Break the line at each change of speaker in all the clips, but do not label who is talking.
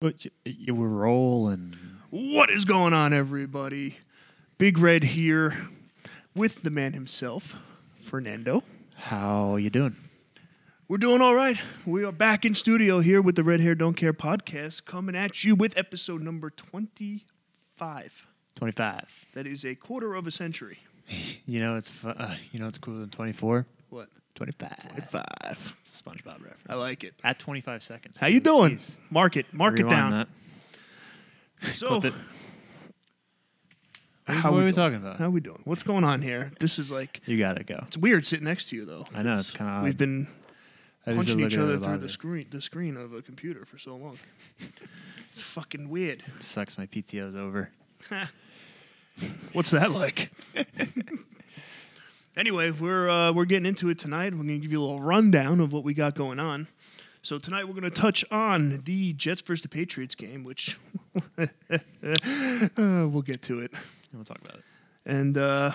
But you, you were rolling.
What is going on, everybody? Big Red here with the man himself, Fernando.
How you doing?
We're doing all right. We are back in studio here with the Red Hair Don't Care podcast, coming at you with episode number 25.
25.
That is a quarter of a century.
You know it's fu- uh, you know it's cooler than 24.
What?
25.
Five.
It's a SpongeBob reference.
I like it.
At 25 seconds.
How you
dude.
doing?
Jeez.
Mark it. Mark
Rewind
it down.
That.
So,
Clip it. What,
How
what
we
are we
doing?
talking about?
how we doing? What's going on here? This is like
You gotta go.
it's weird sitting next to you though.
I know, it's kinda
We've
odd.
been
I just
punching
look
each
at it
other
a lot
through
of
the
it.
screen the screen of a computer for so long. it's fucking weird.
It sucks. My PTO's over.
What's that like? anyway, we're uh, we're getting into it tonight. We're gonna give you a little rundown of what we got going on. So tonight we're gonna touch on the Jets versus the Patriots game, which uh, we'll get to it.
We'll talk about it.
And uh,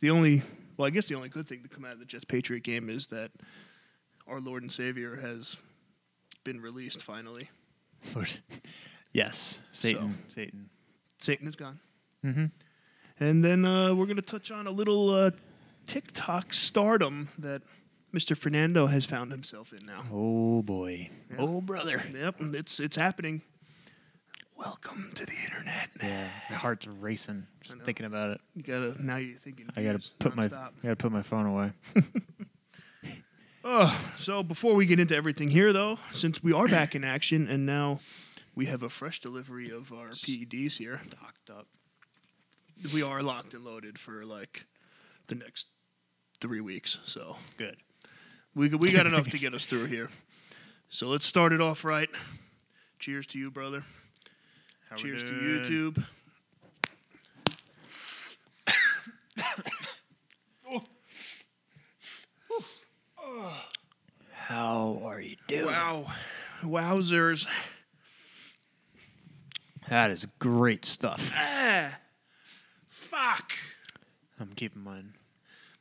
the only, well, I guess the only good thing to come out of the Jets Patriot game is that our Lord and Savior has been released finally.
Lord. Yes, Satan. Satan.
Satan is gone.
Mm-hmm.
And then uh, we're going to touch on a little uh, TikTok stardom that Mr. Fernando has found himself in now.
Oh boy.
Yeah.
Oh brother.
Yep, it's it's happening. Welcome to the internet.
Yeah, my heart's racing
I
just
know.
thinking about it.
You gotta now you're thinking.
I gotta
views
put my
nonstop.
I gotta put my phone away.
Oh, so before we get into everything here, though, since we are back in action and now we have a fresh delivery of our PEDs here,
Docked up.
we are locked and loaded for like the next three weeks. So
Good.
we we got enough to get us through here. So let's start it off right. Cheers to you, brother. Cheers to YouTube.
How are you doing?
Wow, wowzers!
That is great stuff.
Ah, fuck.
I'm keeping mine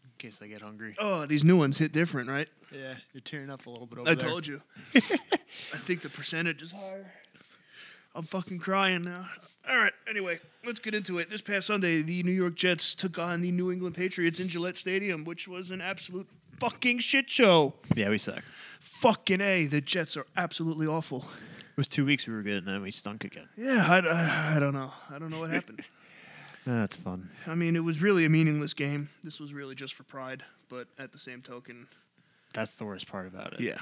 in case I get hungry.
Oh, these new ones hit different, right?
Yeah, you're tearing up a little bit over
I told you. I think the percentage is higher. I'm fucking crying now. All right. Anyway, let's get into it. This past Sunday, the New York Jets took on the New England Patriots in Gillette Stadium, which was an absolute fucking shit show.
Yeah, we suck.
Fucking a. The Jets are absolutely awful.
It was two weeks we were good, and then we stunk again.
Yeah, I, I, I don't know. I don't know what happened.
That's fun.
I mean, it was really a meaningless game. This was really just for pride, but at the same token,
That's the worst part about it.
yeah,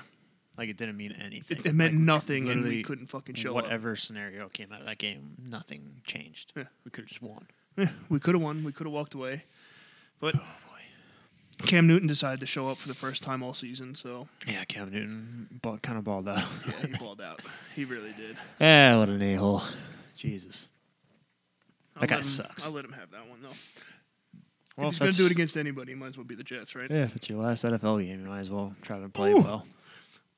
like it didn't mean anything.
it, it meant
Like,
nothing, and we
literally
couldn't fucking show up.
Whatever scenario came out of that game, nothing changed.
Yeah.
We could have just won.
Eh, we could have won. We could have walked away. But
Oh, boy.
Cam Newton decided to show up for the first time all season, so
Yeah, Cam Newton ball, kind of balled out.
yeah, he balled out. He really did.
yeah, Eh, what an a hole. Jesus.
I'll
That guy
let him-
sucks.
I'll let him have that one though.
Well,
if he's gonna do it against anybody, he might as well be the Jets, right?
Yeah, if it's your last NFL game, you might as well try to play
Ooh.
well.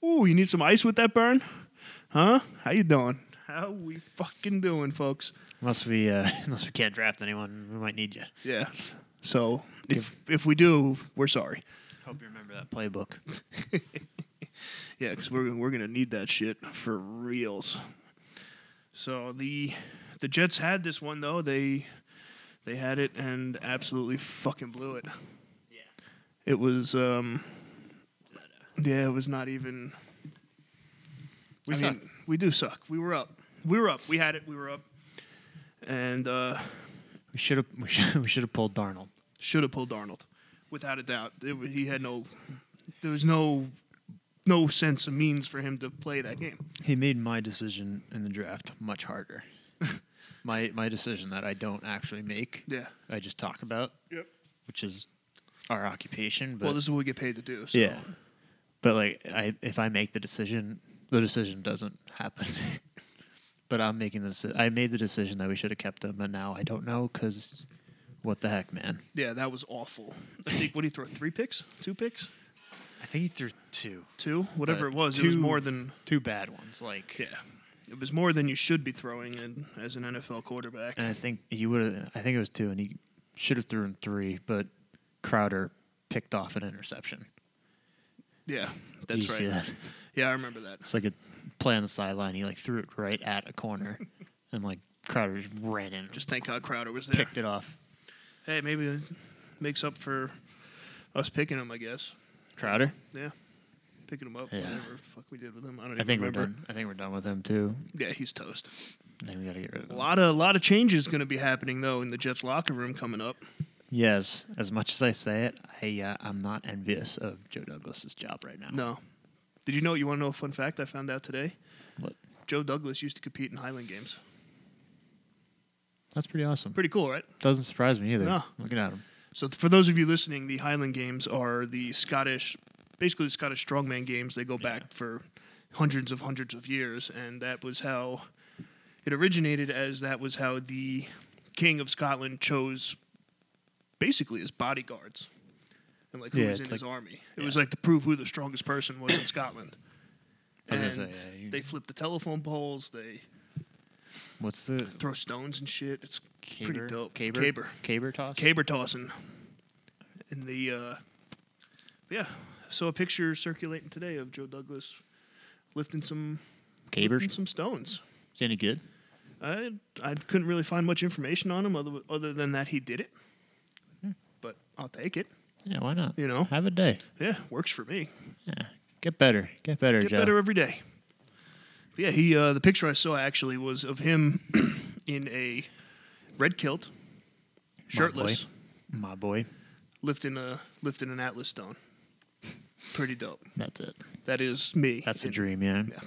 Ooh, you need some ice with that burn, huh? How you doing? How we fucking doing, folks?
Unless we uh, unless we can't draft anyone, we might need you.
Yeah. So if if we do, we're sorry.
Hope you remember that playbook.
Yeah, because we're we're gonna need that shit for reals. So the the Jets had this one though. They they had it and absolutely fucking blew it.
Yeah.
It was um yeah, it was not even
We
I
suck.
mean, we do suck. We were up. We were up. We had it. We were up. And uh
we should have we should we should have pulled Darnold.
should have pulled Darnold without a doubt. It, wa- he had no there was no no sense of means for him to play that game.
He made my decision in the draft much harder. my my decision that I don't actually make.
Yeah.
I just talk about,
Yep.
which is our occupation. But
Well, this is what we get paid to do. So.
yeah, but like I if I make the decision, the decision doesn't happen. but I'm making this. I made the decision that we should have kept him, and now I don't know because what the heck, man.
Yeah, that was awful. I think what did he throw? Three picks? Two picks?
I think he threw two.
Two? Whatever
Uh,
it was, it was
two-
more than
two bad ones. Like,
yeah, it was more than you should be throwing in, as an NFL quarterback.
and I think he would. have I think it was two, and he should have thrown three, but Crowder picked off an interception.
yeah,
Did
that's
you see
right.
that?
Yeah, I remember that.
It's like a play on the sideline. He like threw it right at a corner, and like Crowder just ran in, just
Just thank God Crowder was there.
picked it off.
Hey, maybe it makes up for us picking him. I guess.
Crowder.
Yeah, picking him up.
Yeah.
Whatever the fuck we did with him, I don't. Even
I think we're
remember.
done. I think we're done with him too.
Yeah, he's toast.
I think we gotta get rid of
A
him.
lot of a lot of changes going to be happening though in the Jets locker room coming up.
Yes, as much as I say it, I uh, I'm not envious of Joe Douglas's job right now.
No. Did you know? You want to know a fun fact I found out today?
What?
Joe Douglas used to compete in Highland Games.
that's pretty awesome.
Pretty cool, right?
Doesn't surprise me either.
No.
Looking at him,
So th- for those of you listening, the Highland Games are the Scottish, basically the Scottish strongman games. They go back for hundreds of hundreds of years, and that was how it originated. As that was how the King of Scotland chose, basically his bodyguards, and like who
Yeah,
was in
it's
his
like-
army. It was
yeah.
like to prove who the strongest person was in Scotland.
I was gonna
and
say, yeah, you-
they flip the telephone poles. They
what's the
throw stones and shit. It's pretty dope.
Caber,
Caber.
Caber toss.
caber tossing in the uh yeah so a picture circulating today of joe douglas lifting some
Caber.
lifting some stones
Is any good?
i i couldn't really find much information on him other other than that he did it
Hmm.
but i'll take it
Yeah, why not?
You know?
have a day.
yeah works for me
Yeah, get better, get better,
get
Joe.
better every day But yeah he uh the picture i saw actually was of him in a red kilt shirtless
my boy.
lifting a lifting an atlas stone pretty dope
That's it.
that is me
That's a
in-
dream, yeah.
Yeah.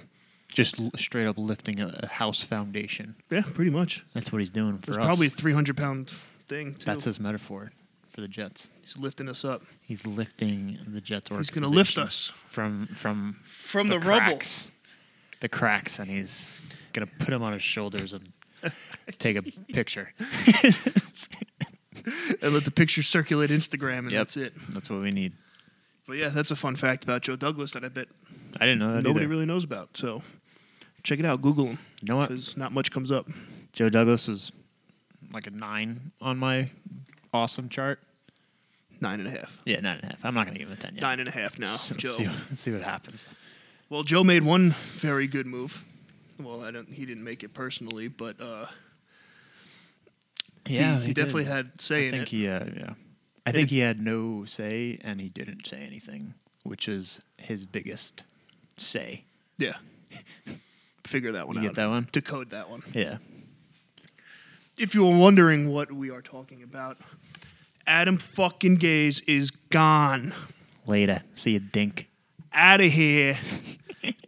Just l- straight up lifting a, a house foundation.
Yeah, pretty much.
That's what he's doing for
It's
us.
probably a 300 pound thing. Too.
That's his metaphor for the Jets.
He's lifting us up.
He's lifting the Jets
He's
organization.
going to lift us
from from
from
the,
the, rubble.
cracks, the cracks, and he's gonna put him on his shoulders and take a picture.
And let the picture circulate Instagram, and
Yep.
that's it.
That's what we need.
But yeah, that's a fun fact about Joe Douglas that I bet
I didn't know that
nobody
either.
really knows about. So check it out. Google him
you know what?
because not much comes up.
Joe Douglas was like a nine on my awesome chart.
Nine and a half.
Yeah, nine and a half. I'm not gonna give him a ten yet.
Nine and a half now.
S- let's,
Joe.
see, let's see what happens.
Well, Joe made one very good move. Well, I don't. He didn't make it personally, but uh,
Yeah,
he, he definitely had
I
say in
think
it.
he. Uh, yeah, I think he had no say, and he didn't say anything, which is his biggest say.
yeah. Figure that one
You
out.
get that one?
Decode that one.
Yeah.
if you were wondering what we are talking about, Adam fucking Gaze is gone.
Later. See you, Dink.
Out of here.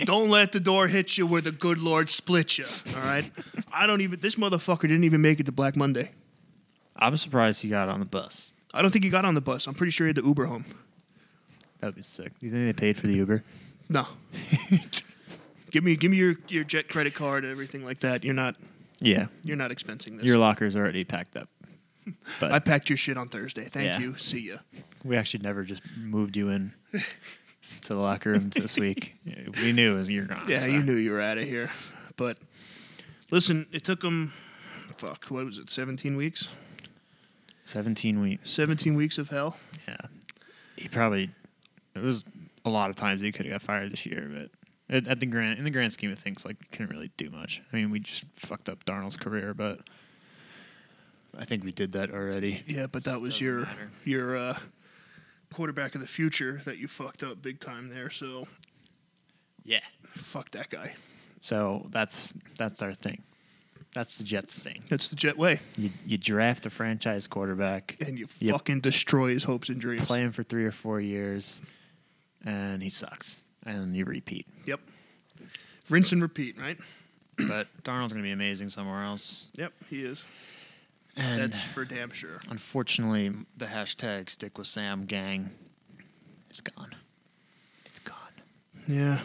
don't let the door hit you where the good Lord split you. All right. I don't even. This motherfucker didn't even make it to Black Monday.
I'm surprised he got on the bus.
I don't think he got on the bus. I'm pretty sure he had to Uber home.
That would be sick. You think they paid for the Uber?
No. give me, give me your, your jet credit card and everything like that. You're not,
Yeah.
you're not expensing this.
Your locker's already packed up. But
I packed your shit on Thursday. Thank
Yeah.
you. See ya.
we actually never just moved you in to the locker rooms this week. We knew it was you're gone.
Yeah,
so.
you knew you were out of here. But listen, it took him, fuck, what was it, 17 weeks?
17 weeks.
17 weeks of hell.
Yeah. He probably it was a lot of times he could have got fired this year, but at, at the grand in the grand scheme of things, like couldn't really do much. I mean, we just fucked up Darnold's career, but I think we did that already.
Yeah, but that was
Doesn't
your
matter.
your uh, quarterback of the future that you fucked up big time there. So
Yeah.
fuck that guy.
So that's that's our thing. That's the Jets thing.
That's the Jet way,
You you draft a franchise quarterback,
and you
Yep.
fucking destroy his hopes and dreams.
play him for three or four years, and he sucks, and you repeat.
Yep. Rinse and repeat, right?
But Darnold's gonna be amazing somewhere else.
Yep, he is.
And
That's for damn sure.
unfortunately, the hashtag stick with Sam gang is gone. It's gone.
Yeah,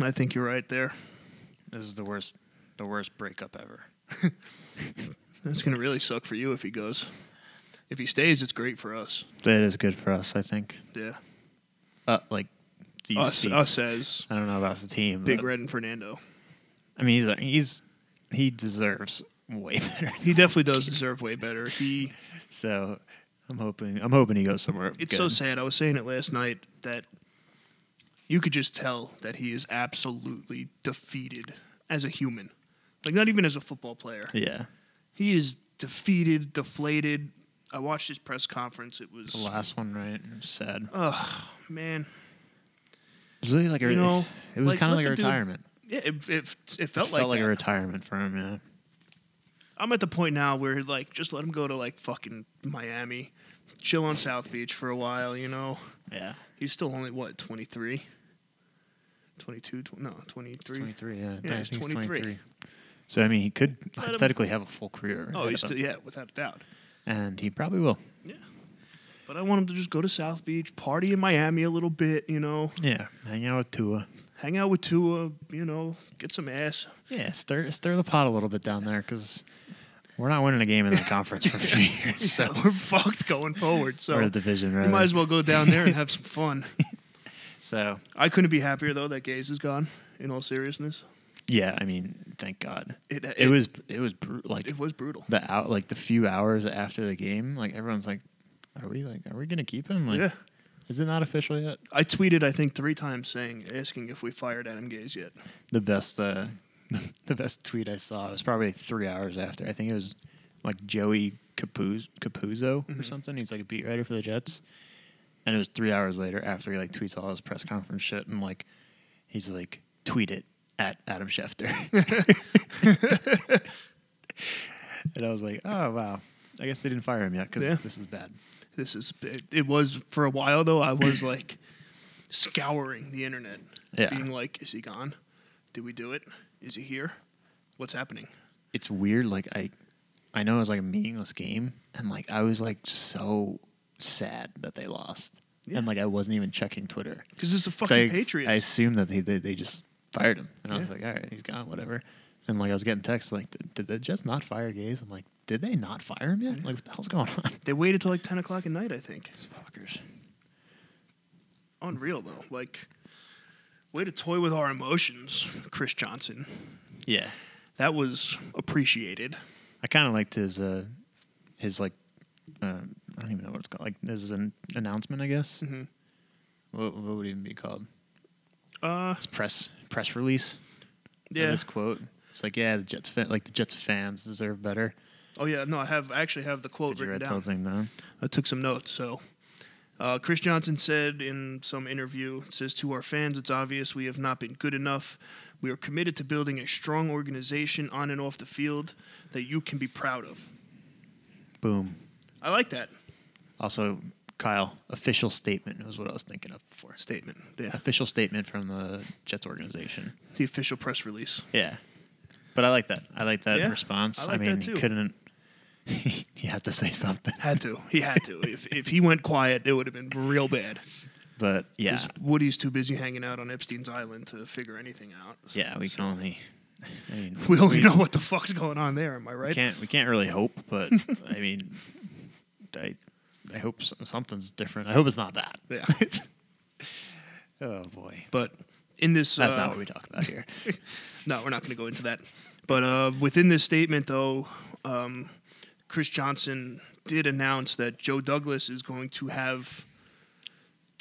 I think you're right there.
This is the worst, the worst breakup ever.
That's gonna really suck for you if he goes. If he stays, it's great for us.
That is good for us, I think.
Yeah.
Uh, like these
Us,
seats.
us as
I don't know about the team.
Big
but-
Red and Fernando.
I mean, he's he's he deserves way better.
He definitely does deserve way better. He
So I'm hoping I'm hoping he goes somewhere.
it's
good.
so sad. I was saying it last night that you could just tell that he is absolutely defeated as a human. Like not even as a football player.
Yeah.
He is defeated, deflated. I watched his press conference. It was
The last one, right? It was sad.
Oh, man.
It was really like a,
You know,
it was
like,
kind of
let
like a
the dude
retirement.
Yeah, it, it, it
It
felt like,
like a
that.
retirement for him. Yeah.
I'm at the point now where like just let him go to like fucking Miami, chill on South Beach for a while, you know.
Yeah.
He's still only what, 23? 22, tw- no, 23.
23, yeah.
Yeah,
I
he's
think it's
23.
23. So, I mean, he could
him-
hypothetically have a full career.
Oh,
ahead
he's
of
still
him,
yeah, without a doubt.
And he probably will.
But I want him to just go to South Beach, party in Miami a little bit, you know,
Yeah. Hang out with Tua.
hang out with Tua, you know, get some ass.
Yeah, stir, stir the pot a little bit down there because we're not winning a game in the conference for a few years. So.
So we're fucked going forward. So
or the
you
division, right?
might as well go down there and have some fun.
So,
I couldn't be happier though that Gaze is gone. In all seriousness,
yeah, I mean, thank God.
it
It, was, it was br- like
it was brutal.
the out, like the few hours after the game, like everyone's like, are we like, are we going to keep him? Like,
yeah.
is it not official yet?
I tweeted, I think, three times saying, asking if we fired Adam Gaze yet.
the best uh, the best tweet I saw. It was probably three hours after. I think it was like Joey Capuz- Capuzzo or something. He's like a beat writer for the Jets, and it was three hours later after he like tweets all his press conference shit and like he's like tweet it at Adam Schefter, and I was like, oh wow. I guess they didn't fire him yet because
Yeah.
this is bad.
This is, it, it was, for a while though, I was like scouring the internet,
Yeah.
being like, is he gone? Did we do it? Is he here? What's happening?
it's weird. Like I, I know it was like a meaningless game, and like I was like so sad that they lost,
Yeah.
and like I wasn't even checking Twitter.
Because it's a
'Cause
fucking
I, ex-
Patriots.
I assumed that they, they they just fired him, and I was
Yeah.
like, all right, he's gone, whatever. And like I was getting texts like, did, did they just not fire Gaze? I'm like, did they not fire him yet? Like what the hell's going on?
they waited till like 10 o'clock at night, I think.
These fuckers.
Unreal though. Like, way to toy with our emotions, Chris Johnson.
Yeah,
That was appreciated.
I kind of liked his uh his like. Uh, I don't even know what it's called. Like this is an announcement, I guess.
Mhm.
What, what would it even be called?
Uh,
It's press press release. yeah.
yeah.
this quote. It's like, yeah, the Jets fan, like the Jets fans deserve better.
Oh, yeah. No, I have, I actually have the quote
Did you
written
write the
down.
whole thing down?
I took some notes. So, uh, Chris Johnson said in some interview, it says to our fans, it's obvious we have not been good enough. We are committed to building a strong organization on and off the field that you can be proud of.
Boom.
I like that
Also, Kyle, official statement was what I was thinking of before.
statement. Yeah,
Official statement from the Jets organization.
the official press release.
Yeah, but I like that. I like that
Yeah,
response.
I like
mean,
that
he
too.
couldn't. he had to say something.
Had to. He had to. if if he went quiet, it would have been real bad.
But yeah,
'Cause Woody's too busy hanging out on Epstein's island to figure anything out.
yeah, we can only. I mean,
We only know what the fuck's going on there. Am I right?
We can't we can't really hope, but I mean, I I hope s- something's different. I hope it's not that.
Yeah.
Oh boy,
But in this,
that's
uh,
not what we talk about here.
No, we're not going to go into that. But uh, within this statement, though, um, Chris Johnson did announce that Joe Douglas is going to have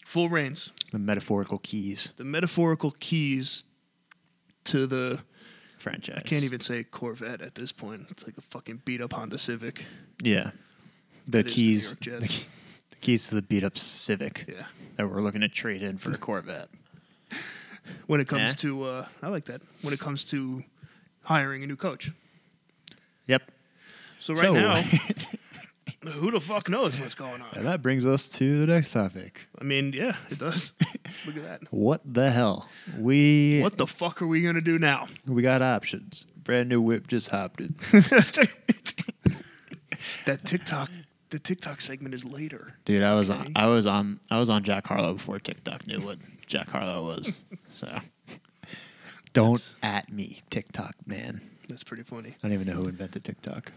full reins,
the metaphorical keys
the metaphorical keys to the.
franchise.
I can't even say Corvette at this point. It's like a fucking beat up Honda Civic.
Yeah, the
It is the New
keys.
York Jets.
The, key- the keys to the beat up Civic
Yeah.
that we're looking to trade in for a Corvette.
When it comes
Yeah.
to, uh, I like that. When it comes to hiring a new coach.
Yep.
So right
So-
now, who the fuck knows what's going on?
that brings us to the next topic.
I mean, yeah, it does. Look at that.
What the hell? We
What the fuck are we gonna do now?
we got options. Brand new whip just hopped it.
That TikTok, the TikTok segment is later.
Dude, I was
Okay.
on, I was on I was on Jack Harlow before TikTok knew what Jack Harlow was. So don't at me, TikTok man.
That's pretty funny.
I don't even know who invented TikTok.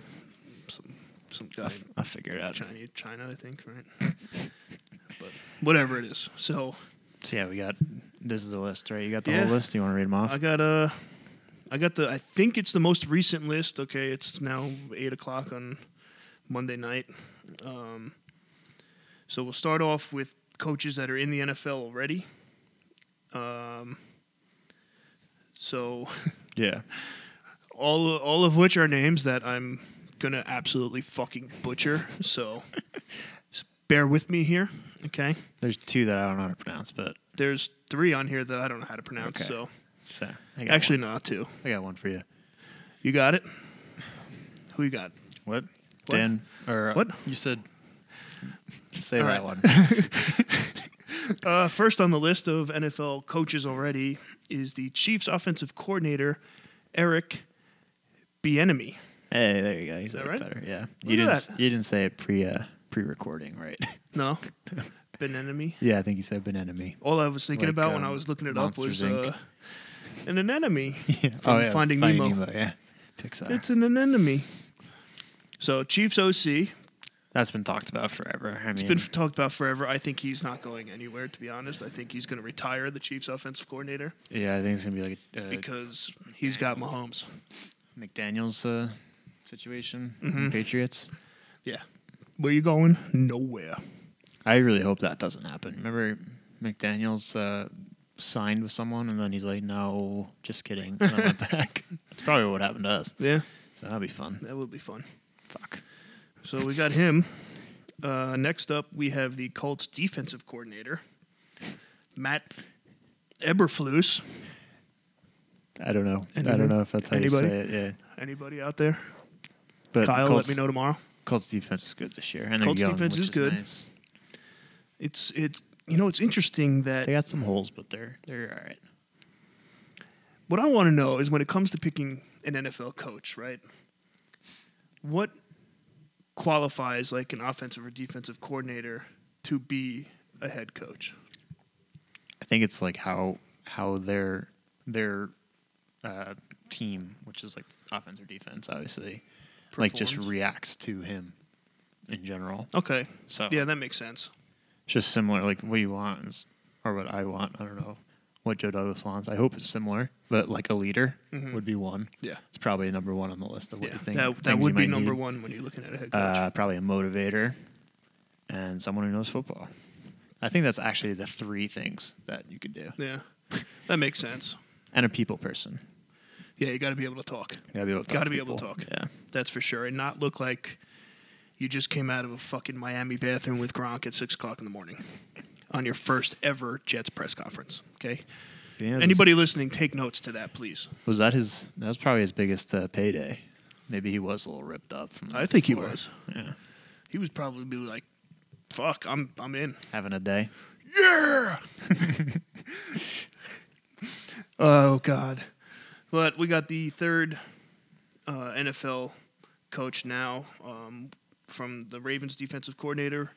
Some some
I
guy
f- I figured it
in
out.
China, China, I think, right? but whatever it is. So
So yeah, we got this is the list, right? You got the
Yeah.
whole list. You want to read them off?
I got uh, I got the. I think it's the most recent list. Okay, it's now eight o'clock on Monday night. Um, so we'll start off with coaches that are in the NFL already. Um, so
Yeah.
all all of which are names that I'm gonna absolutely fucking butcher. So just bear with me here, okay?
There's two that I don't know how to pronounce, but
There's three on here that I don't know how to pronounce.
Okay.
So
so I got
actually, not two.
one. I got one for you.
You got it. Who you got?
What? Dan or uh,
What?
you said? Say
All
that
right.
one.
Uh, first on the list of NFL coaches already is the Chiefs offensive coordinator Eric Bieniemy.
Hey, there you go. He's
that
that
right?
better. Yeah.
at
You didn't. s-
that.
You didn't say it pre uh, pre recording, right?
No, Bieniemy.
yeah, I think you said banana
All I was thinking
Like,
about when I
um,
was looking it
Monsters,
up was
Inc.
uh, an anemone.
Oh, Yeah.
From Finding Nemo.
Yeah. Pixar.
It's an anemone. So Chiefs OC,
That's been talked about forever. I mean,
It's been talked about forever. I think he's not going anywhere. To be honest, I think he's going to retire the Chiefs' offensive coordinator
yeah, I think it's gonna be like a uh,
because he's got Mahomes.
McDaniel's uh, situation,
Mhm.
Patriots.
Yeah, where you going? Nowhere.
I really hope that doesn't happen. Remember, McDaniel's uh, signed with someone, and then he's like, "No, just kidding." And I went back. That's probably what happened to us.
Yeah,
So that'd be fun.
that would be fun.
Fuck.
So we got him. Uh, next up, we have the Colts' defensive coordinator, Matt Eberflus.
I don't know. I
Anything?
don't know if that's how
Anybody?
you say it. Yeah.
Anybody out there?
But
Kyle,
Colts,
let me know tomorrow.
Colts defense is good this year, and they're
Colts
young,
defense
which
is good.
nice.
It's it's you know it's interesting that
They got some holes, but they're they're all right.
what I want to know is when it comes to picking an NFL coach, right? What qualifies like an offensive or defensive coordinator to be a head coach?
I think it's like how how their their uh, team, which is like offense or defense, obviously, like just
Performs?
reacts to him in general.
okay,
So
yeah, that makes sense.
it's just similar. Like what you want is, or what I want. I don't know what Joe Douglas wants. I hope it's similar, but like a leader
Mhm.
would be one.
Yeah,
It's probably number one on the list of what
yeah,
you think.
that that
things you
would be
might
number
need.
one when you're looking at a head coach.
Uh, probably a motivator, and someone who knows football. I think that's actually the three things that you could do,
yeah, that makes sense.
and a people person.
Yeah, you got to be able to talk.
Gotta be able to talk.
Gotta
to
be able to
people.
talk.
Yeah.
That's for sure, and not look like you just came out of a fucking Miami bathroom with Gronk at six o'clock in the morning on your first ever Jets press conference. Okay. Anybody listening, take notes to that, please.
was that his? That was probably his biggest uh, payday. Maybe he was a little ripped up. From the
I think he
before.
was.
Yeah.
He was probably be like, "Fuck, I'm I'm in."
Having a day.
Yeah. oh God. But we got the third uh, NFL coach now um, from the Ravens defensive coordinator,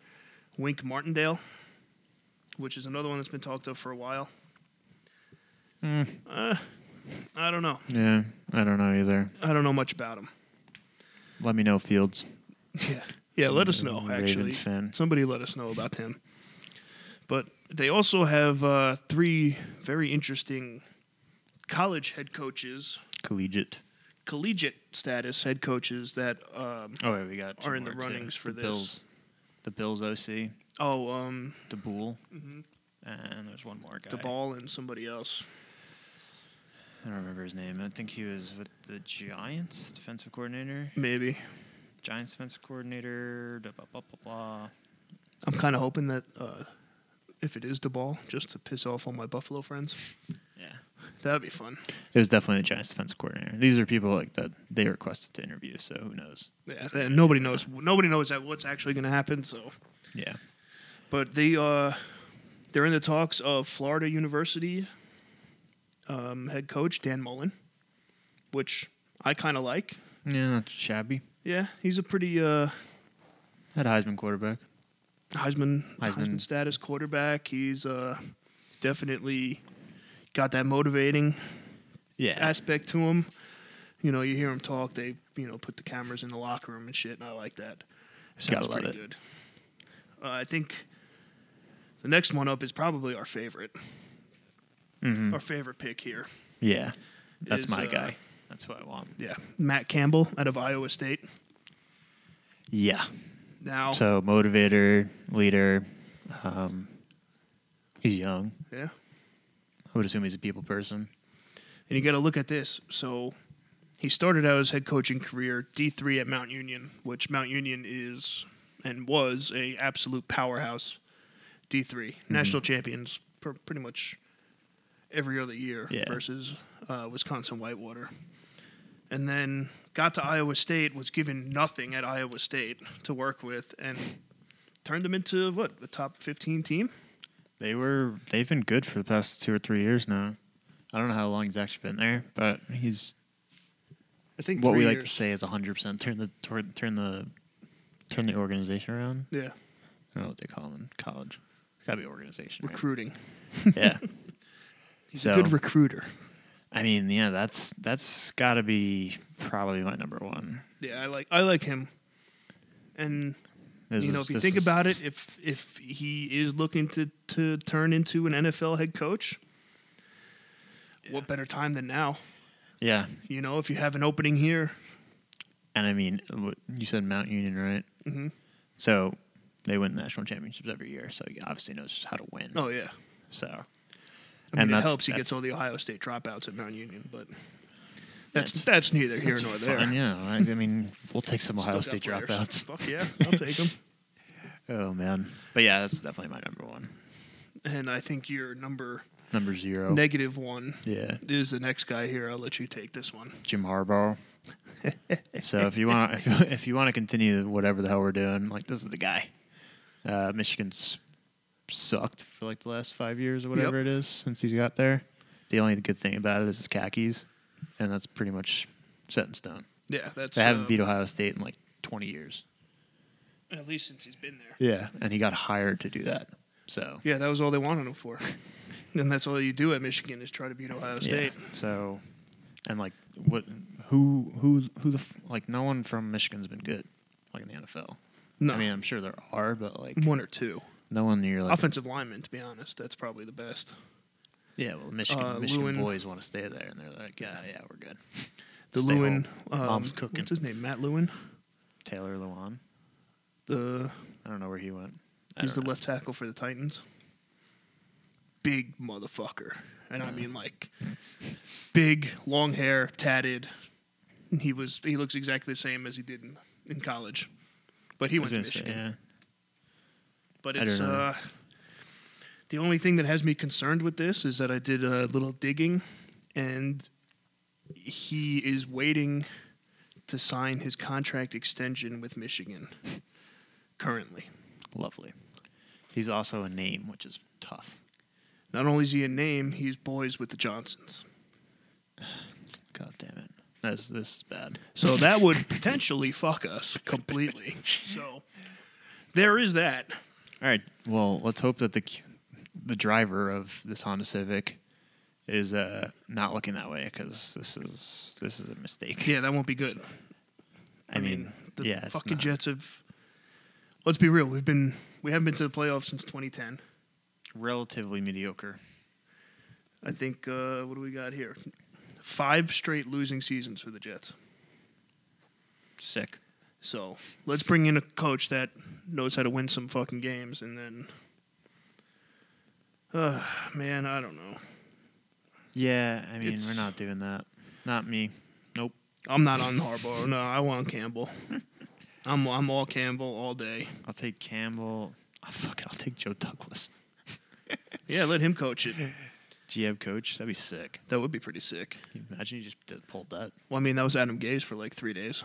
Wink Martindale, which is another one that's been talked of for a while. Uh, I don't know.
Yeah. I don't know either.
I don't know much about him.
Let me know, Fields.
Yeah. Yeah, let us know,
Mm,
actually.
Ravens fan.
Somebody let us know about him. But they also have uh, three very interesting college head coaches,
Collegiate.
collegiate status head coaches that, um,
Oh, yeah, we got. two
Are in the
more, too.
runnings for
the
this.
Bills. The Bills OC,
oh, um,
the Bull,
mhm,
and there's one more guy.
DeBall and somebody else.
I don't remember his name. I think he was with the Giants defensive coordinator.
Maybe.
Giants defensive coordinator. Blah blah blah blah. blah.
I'm kind of hoping that uh, if it is DeBall, just to piss off all my Buffalo friends,
Yeah.
that'd be fun.
It was definitely the Giants defensive coordinator. These are people like that they requested to interview, so who knows?
Yeah, and nobody knows. Nobody knows that what's actually going to happen. So
Yeah.
But they uh, they're in the talks of Florida University um, head coach Dan Mullen, which I kind of like.
Yeah, not shabby.
Yeah, he's a pretty uh,
Had Heisman quarterback.
Heisman, Heisman
Heisman.
status quarterback. He's uh, definitely got that motivating
Yeah.
aspect to him. You know, you hear him talk. They you know put the cameras in the locker room and shit, and I like that.
Gotta
Sounds
love
pretty
it.
good. Uh, I think the next one up is probably our favorite,
Mhm.
our favorite pick here.
Yeah. That's
is,
my
uh,
guy. That's what I want.
Yeah, Matt Campbell out of Iowa State.
Yeah.
Now,
So motivator, leader, um, he's young.
yeah,
I would assume he's a people person.
And you got to look at this. So he started out his head coaching career D3 at Mount Union, which Mount Union is and was a absolute powerhouse D3
Mm-hmm.
national champions pr- pretty much every other year
Yeah.
versus uh, Wisconsin Whitewater. And then got to Iowa State, was given nothing at Iowa State to work with, and turned them into what the top fifteen team.
They were they've been good for the past two or three years now. I don't know how long he's actually been there, but he's
I think
what we
three
like to
years.
say is hundred percent turn the turn, turn the turn the organization around. I
Yeah,
don't know what they call them in college. It's gotta be organization. right?
recruiting.
Yeah.
He's
So-
a good recruiter.
I mean, yeah, that's that's gotta be probably my number one.
Yeah, I like I like him. And
This
you know,
is-
if you
this
think
is-
about it, if if he is looking to to turn into an NFL head coach, what better time than now?
Yeah.
You know, if you have an opening here,
And I mean w- you said Mount Union, right?
Mhm.
So they win national championships every year, so he obviously knows how to win.
oh yeah,
So
I mean,
And
it
that's-
helps. He
that's-
gets all the Ohio State dropouts at Mount Union, but that's
That's-
that's, neither here
That's
nor there.
fine, yeah, I, I mean, we'll take some
Still
Ohio
got
State
players.
dropouts.
Fuck yeah, I'll take him.
Oh man, but yeah, that's definitely my number one.
And I think your number
Number zero.
negative one
yeah,
is the next guy here. I'll let you take this one.
Jim Harbaugh. so if you want, if, if you want to continue whatever the hell we're doing, like this is the guy. Uh, Michigan's sucked for like the last five years or whatever it is since he's got there. The only good thing about it is his khakis, and that's pretty much set in stone.
Yeah, that's
They haven't
uh,
beat Ohio State in like twenty years.
at least since he's been there.
Yeah, and he got hired to do that. So
Yeah, that was all they wanted him for. and that's all you do at Michigan is try to beat Ohio
Yeah.
State.
So, and like, what? Who? Who? Who? The f- like? No one from Michigan's been good, like in the NFL.
No,
I mean, I'm sure there are, but like,
one or two
no one near like.
offensive linemen. To be honest, that's probably the best.
yeah, well, Michigan,
uh,
Michigan
Lewin.
boys want to stay there, and they're like, yeah, yeah, we're good.
The
Stay
Lewin,
home.
um,
Mom's cooking.
What's his name? Matt Lewin.
Taylor Lewan.
The
I don't know where he went. I
he's the
don't know.
left tackle for the Titans. Big motherfucker, and I
Mm.
mean like big, long hair, tatted. And He was he looks exactly the same as he did in, in college, but he
I was
went to
gonna say,
Michigan. But
I
it's
don't know.
uh, the only thing that has me concerned with this is that I did a little digging, and he is waiting to sign his contract extension with Michigan currently.
yeah, lovely. He's also a name, which is tough.
Not only is he a name, he's boys with the Johnsons.
God damn it. That's this is bad.
So that would potentially fuck us completely. So there is that.
All right. Well, let's hope that the c- the driver of this Honda Civic is uh, not looking that way because this is this is a mistake.
Yeah, that won't be good.
I, mean,
the
yeah, it's
fucking
not-
Jets have. Let's be real. We've been we haven't been to the playoffs since 2010.
relatively mediocre.
I think uh, what do we got here? Five straight losing seasons for the Jets.
Sick.
So let's bring in a coach that knows how to win some fucking games, and then, uh, man, I don't know.
Yeah, I mean, we're
It's-
not doing that. Not me. Nope.
I'm not on Harbaugh. No, I want Campbell. I'm I'm all Campbell all day.
I'll take Campbell. Oh, fuck it. I'll take Joe Douglas,
Yeah, let him coach it.
GM coach. That'd be sick.
That would be pretty sick.
Can you imagine you just did, pulled that.
Well, I mean, that was Adam Gaze for like three days.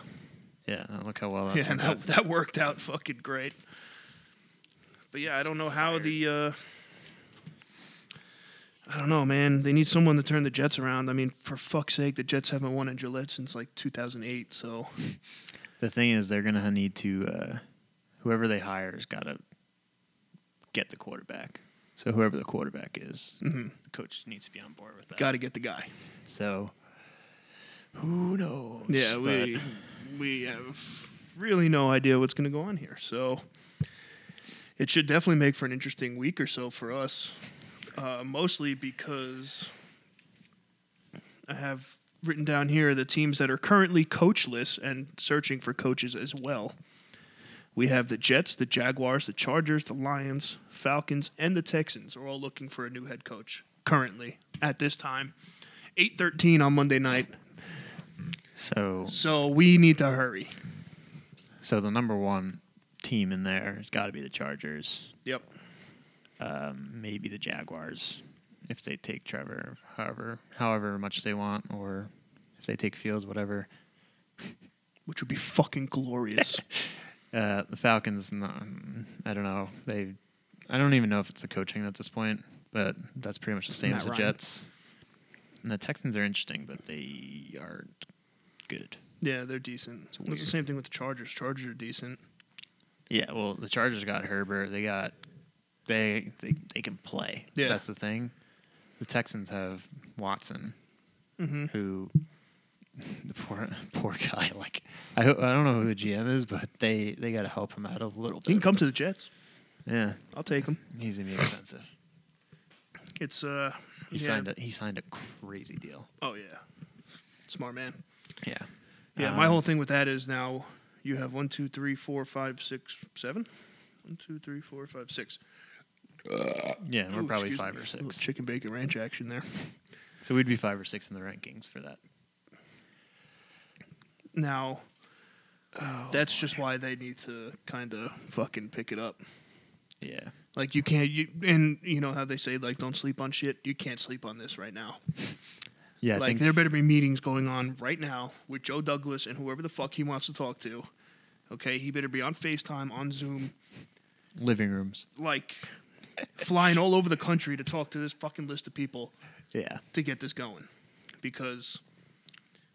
Yeah. and Look how well that
yeah,
turned out.
that, that worked out fucking great. But yeah, I don't know how the. Uh, I don't know, man. They need someone to turn the Jets around. I mean, for fuck's sake, the Jets haven't won in Gillette since like 2008. So
The thing is, they're gonna need to uh, whoever they hire has got to get the quarterback. So whoever the quarterback is, the coach needs to be on board with that.
got to get the guy.
So who knows?
Yeah,
But
we we have really no idea what's going to go on here. So it should definitely make for an interesting week or so for us, uh, mostly because I have written down here the teams that are currently coachless and searching for coaches as well. We have the Jets, the Jaguars, the Chargers, the Lions, Falcons, and the Texans are all looking for a new head coach. currently at this time. 8:13 on Monday night.
So
So we need to hurry.
so the number one team in there has got to be the Chargers,
Yep.
maybe the Jaguars, if they take Trevor, however however much they want, or if they take Fields, whatever.
Which would be fucking glorious.
Uh, the Falcons, no, I don't know. They, I don't even know if it's the coaching at this point, but that's pretty much the same
Matt
as the
Ryan.
Jets. And the Texans are interesting, but they aren't good.
yeah, they're decent. It's, the
weird.
same thing with the Chargers. Chargers are decent.
Yeah, well, the Chargers got Herbert. They got they they they can play.
Yeah.
that's the thing. The Texans have Watson,
Mm-hmm.
who the poor poor guy. Like I ho- I don't know who the GM is, but they they got to help him out a little
He can
bit.
come to the Jets.
Yeah,
I'll take him.
he's gonna be expensive.
It's uh
He
yeah.
signed a he signed a crazy deal.
Oh yeah. Smart man.
Yeah.
Yeah, my
Um,
whole thing with that is now you have one, two, three, four, five, six, seven. One, two, three, four, five, six.
Yeah, we're
Ooh,
probably
excuse
five
me.
or
Little
six.
Chicken bacon ranch action there.
So we'd be five or six in the rankings for that.
Now,
Oh,
that's just why they need to kind of fucking pick it up.
Yeah.
Like you can't, you and you know how they say like don't sleep on shit. You can't sleep on this right now.
Yeah. I
like
think
there better be meetings going on right now with Joe Douglas and whoever the fuck he wants to talk to. Okay, he better be on Facetime, on Zoom,
living rooms.
like flying all over the country to talk to this fucking list of people
Yeah.
to get this going. Because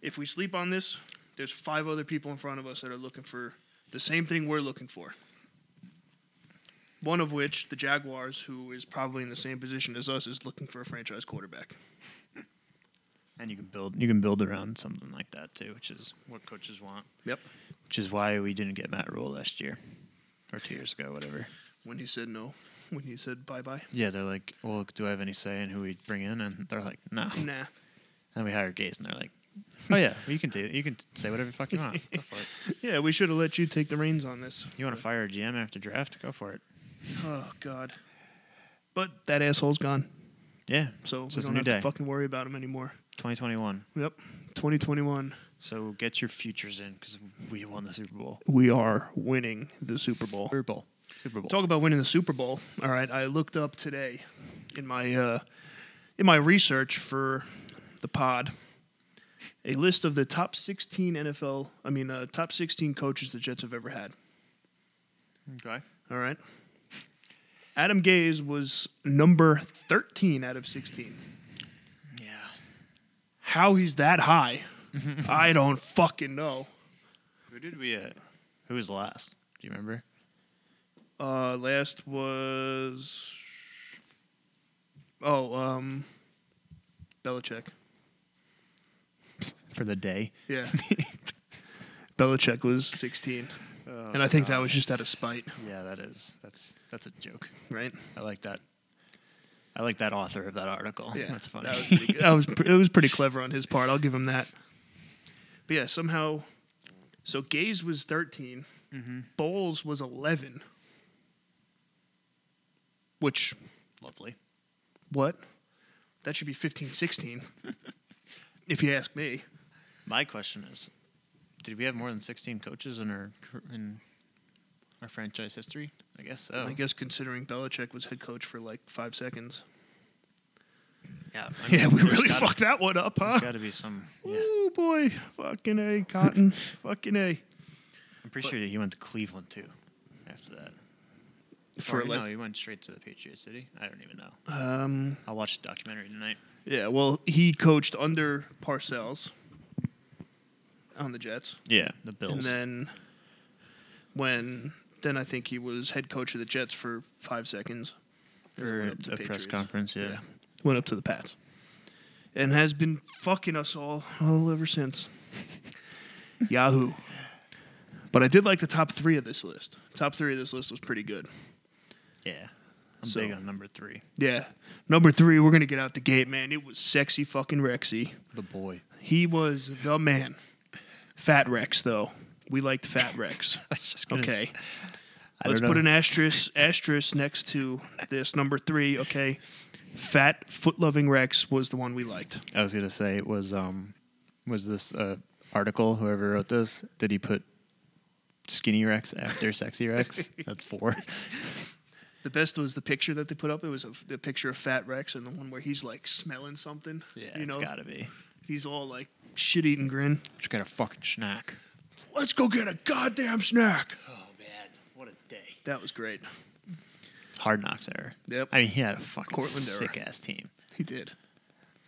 if we sleep on this, there's five other people in front of us that are looking for the same thing we're looking for. One of which, the Jaguars, who is probably in the same position as us, is looking for a franchise quarterback.
And you can build you can build around something like that too, which is what coaches want.
Yep.
Which is why we didn't get Matt Rule last year. Or two years ago, whatever.
When he said no, when he said bye bye,
Yeah, they're like, Well, do I have any say in who we bring in? And they're like, No.
nah.
And we hired Gaze and they're like, Oh yeah, well, you can do you can say whatever the fuck you want. Go for it.
Yeah, we should have let you take the reins on this.
You wanna fire a GM after draft? Go for it.
Oh God. But that asshole's gone,
Yeah.
so
So
we
it's a
don't
new
have
day.
to fucking worry about him anymore.
Twenty twenty one.
Yep. 2021.
So get your futures in because we won the Super Bowl.
We are winning the Super Bowl.
Super Bowl. Super Bowl.
Talk about winning the Super Bowl. All right, I looked up today in my uh, in my research for the pod a list of the top 16 NFL, I mean, uh, top 16 coaches the Jets have ever had.
Okay.
All right. Adam Gaze was number 13 out of 16.
Yeah.
How he's that high, I don't fucking know.
Who did we at? Who was last? Do you remember?
Uh, last was oh um, Belichick.
For the day.
Yeah, Belichick was 16, and I think that was just out of spite,
Yeah, that is. That's that's a joke.
right?
I like that. I like that author of that article.
Yeah,
that's funny.
That was, pretty good. That was pre- it was pretty clever on his part. I'll give him that. But yeah, somehow, so Gaze was 13,
Mm-hmm.
Bowles was 11, which
Lovely.
what? That should be 15, 16, if you ask me.
My question is, did we have more than sixteen coaches in our cur- in our franchise history? I guess so.
I guess considering Belichick was head coach for like five seconds.
yeah. I
Yeah,
mean,
we
there's
really
gotta-
fucked that one up, huh?
There's got to be some. Yeah.
Oh boy, fucking a cotton, fucking a.
I'm pretty sure he went to Cleveland too. After that,
For
Or, no,
like,
he went straight to the Patriot City. I don't even know.
um,
I'll watch the documentary tonight.
yeah. Well, he coached under Parcells on the Jets,
Yeah, the Bills.
and then when then I think he was head coach of the Jets for five seconds. and then
for
went up to
a press
Patriots.
conference. Yeah.
Yeah. Went up to the Pats. And has been fucking us all, all ever since. Yahoo. But I did like the top three of this list. Top three of this list was pretty good.
yeah, I'm
So-
big on number three.
Yeah. Number three, we're going to get out the gate, man. It was sexy fucking Rexy.
The boy.
He was the man. Fat Rex, though. We liked Fat Rex.
I was just gonna
Okay.
say- I
Let's
don't
put
know.
an asterisk asterisk next to this number three. Okay, Fat foot loving Rex was the one we liked.
I was gonna say it was um was this uh, article whoever wrote this did he put skinny Rex after sexy Rex? That's four.
The best was the picture that they put up. It was a, the picture of Fat Rex and the one where he's like smelling something.
Yeah,
you know,
it's gotta be.
he's all like shit eating grin.
Just got a fucking snack.
Let's go get a goddamn snack.
Oh man, what a day!
That was great.
Hard knocks era.
Yep.
I mean, he had a fucking
Cortland era.
sick ass team.
He did.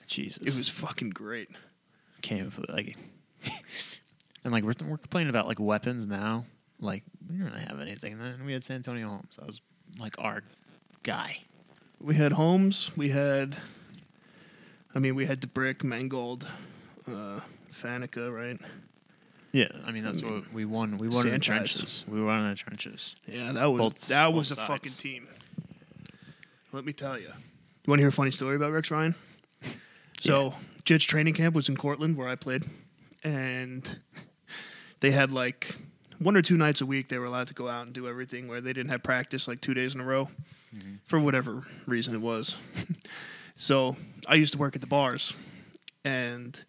Jesus,
It was fucking great.
came up with, like, and like we're we're complaining about like weapons now. Like we didn't really have anything then. We had San Antonio Holmes. That was like our guy.
We had Holmes. We had, I mean, we had DeBrick, Mangold, uh, Faneca, right?
Yeah, I mean that's what we won. We won in the
Sanchez.
trenches. We won in the trenches.
Yeah, that was
Both-
that
both
was a
sides.
fucking team. Let me tell you. You want to hear a funny story about Rex Ryan? So, Jets training camp was in Cortland where I played, and they had like one or two nights a week they were allowed to go out and do everything where they didn't have practice like two days in a row
Mm-hmm.
for whatever reason it was. so, I used to work at the bars, and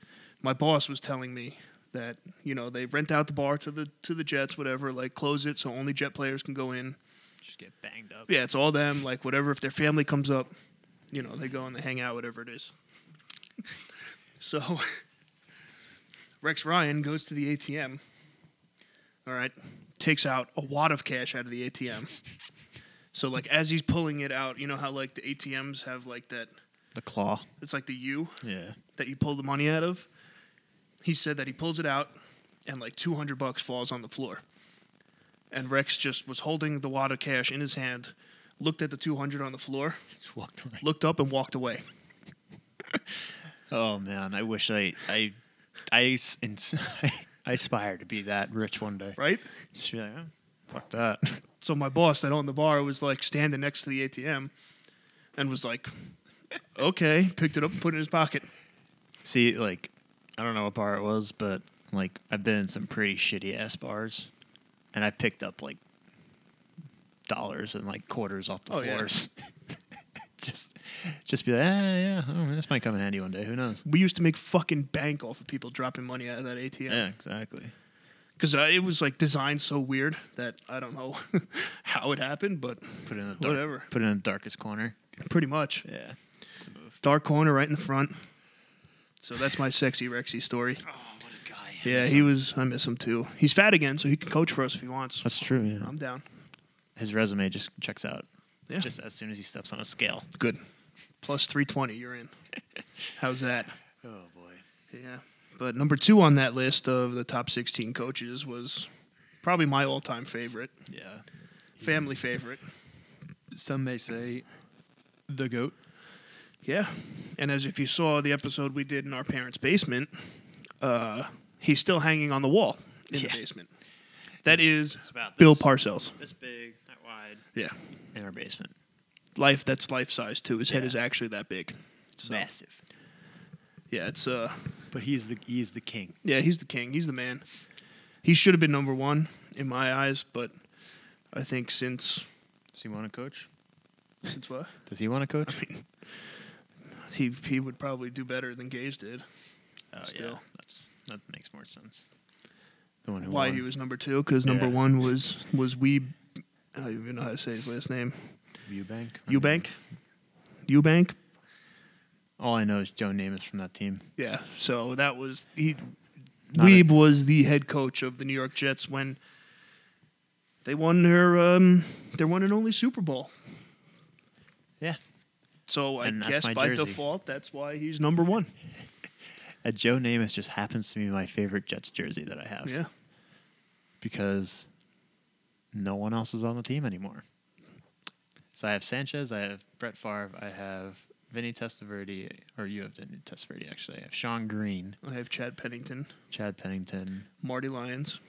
my boss was telling me that you know they rent out the bar to the to the Jets, whatever, like close it so only Jet players can go in.
Just get banged up.
Yeah, it's all them. Like whatever, if their family comes up, you know, they go and they hang out, whatever it is. so Rex Ryan goes to the ATM. All right, takes out a wad of cash out of the ATM. So like as he's pulling it out, you know how like the ATMs have like that.
The claw.
It's like the U
Yeah.
that you pull the money out of. He said that he pulls it out and like 200 bucks falls on the floor. And Rex just was holding the wad of cash in his hand, looked at the 200 on the floor,
Just walked away.
looked up and walked away.
Oh man, I wish I I I, s- ins- I aspire to be that rich one day.
Right?
Just be like, "Oh, fuck that.
So my boss that owned the bar was like standing next to the ATM and was like, okay, picked it up and put it in his pocket.
See, like, I don't know what bar it was, but like, I've been in some pretty shitty ass bars, and I picked up like dollars and like quarters off the
Oh, yeah.
floors. just, just be like, ah, yeah, oh, this might come in handy one day. Who knows?
We used to make fucking bank off of people dropping money out of that ATM.
Yeah, exactly.
Because uh, it was like designed so weird that I don't know how it happened, but
Put it in the dark,
Whatever.
Put it in the darkest corner.
pretty much.
Yeah, it's the move.
dark corner right in the front. So that's my sexy Rexy story.
Oh, what a guy.
Yeah, he was. I miss him too. He's fat again, so he can coach for us if he wants.
That's true. Yeah,
I'm down.
his resume just checks out.
Yeah.
Just as soon as he steps on a scale.
Good. Plus 320, you're in. How's that?
Oh boy.
Yeah. But number two on that list of the top 16 coaches was probably my all time favorite,
Yeah.
family favorite.
Some may say, the goat.
Yeah. And as if you saw the episode we did in our parents' basement, uh, he's still hanging on the wall in
Yeah.
the basement. That
It's-
is
it's about
Bill
this-
Parcells.
This big, that wide.
Yeah.
in our basement.
life that's life size too. His head
Yeah.
is actually that big.
It's
So,
massive.
Yeah, it's uh
But he's the he's the king.
yeah, he's the king, he's the man. He should have been number 1 in my eyes, but I think since
Does he want to coach?
since what?
Does he want to coach?
He he would probably do better than Gaze did.
Oh yeah,
Still.
that's that makes more sense. The one who
Why
won.
he was number 2 cuz number
Yeah.
1 was was we I don't even know how to say his last name.
Eubank.
Eubank? Eubank?
All I know is Joe Namath from that team.
Yeah. So that was he.
Not
Weeb was the head coach of the New York Jets when they won their um, their one and only Super Bowl.
Yeah.
So I
And that's
guess
my
by
jersey.
default, that's why he's number one.
A Joe Namath just happens to be my favorite Jets jersey that I have.
Yeah.
Because no one else is on the team anymore. So I have Sanchez, I have Brett Favre, I have Vinny Testaverde, or you have Vinny Testaverde actually. I have Sean Green,
I have Chad Pennington,
Chad Pennington,
Marty Lyons.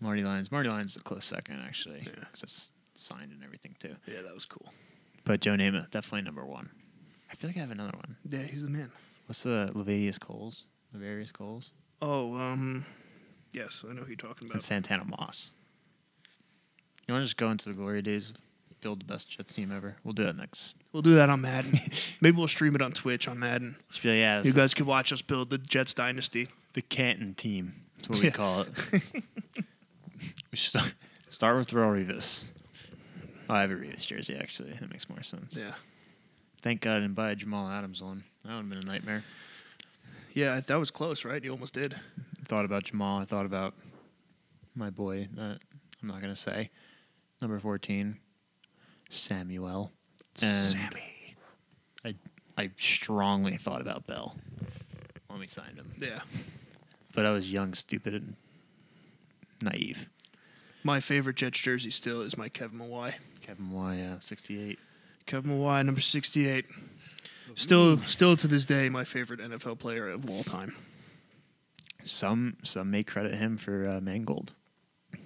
Marty Lyons. Marty Lyons is a close second, actually,
Yeah.
'cause it's signed and everything too.
Yeah, that was cool.
But Joe Namath, definitely number one. I feel like I have another one.
Yeah, he's the man.
What's the Levadius Coles? Levarius Coles
Oh, um, yes, I know who you're talking
and
about.
Santana Moss. You want to just go into the glory days build the best Jets team ever. We'll do that next.
We'll do that on Madden. Maybe we'll stream it on Twitch on Madden.
Let's be like, yeah, this
You guys
is-
can watch us build the Jets dynasty.
The Canton team.
that's what we
Yeah.
call it. we should start, start with Raul Revis. Oh, I have a Revis jersey actually. That makes more sense.
Yeah.
Thank God I didn't buy a Jamal Adams one. That would have been a nightmare.
Yeah, that was close, right? You almost did.
I thought about Jamal. I thought about my boy. That I'm not gonna say. Number fourteen, Samuel. And
Sammy.
I strongly thought about Bell when we signed him,
Yeah.
but I was young, stupid, and naive.
My favorite Jets jersey still is my Kevin Mawai.
Kevin Y, uh, 68.
Kevin Mawai, number 68. Still, still to this day, my favorite NFL player of all time.
Some some may credit him for uh, Mangold.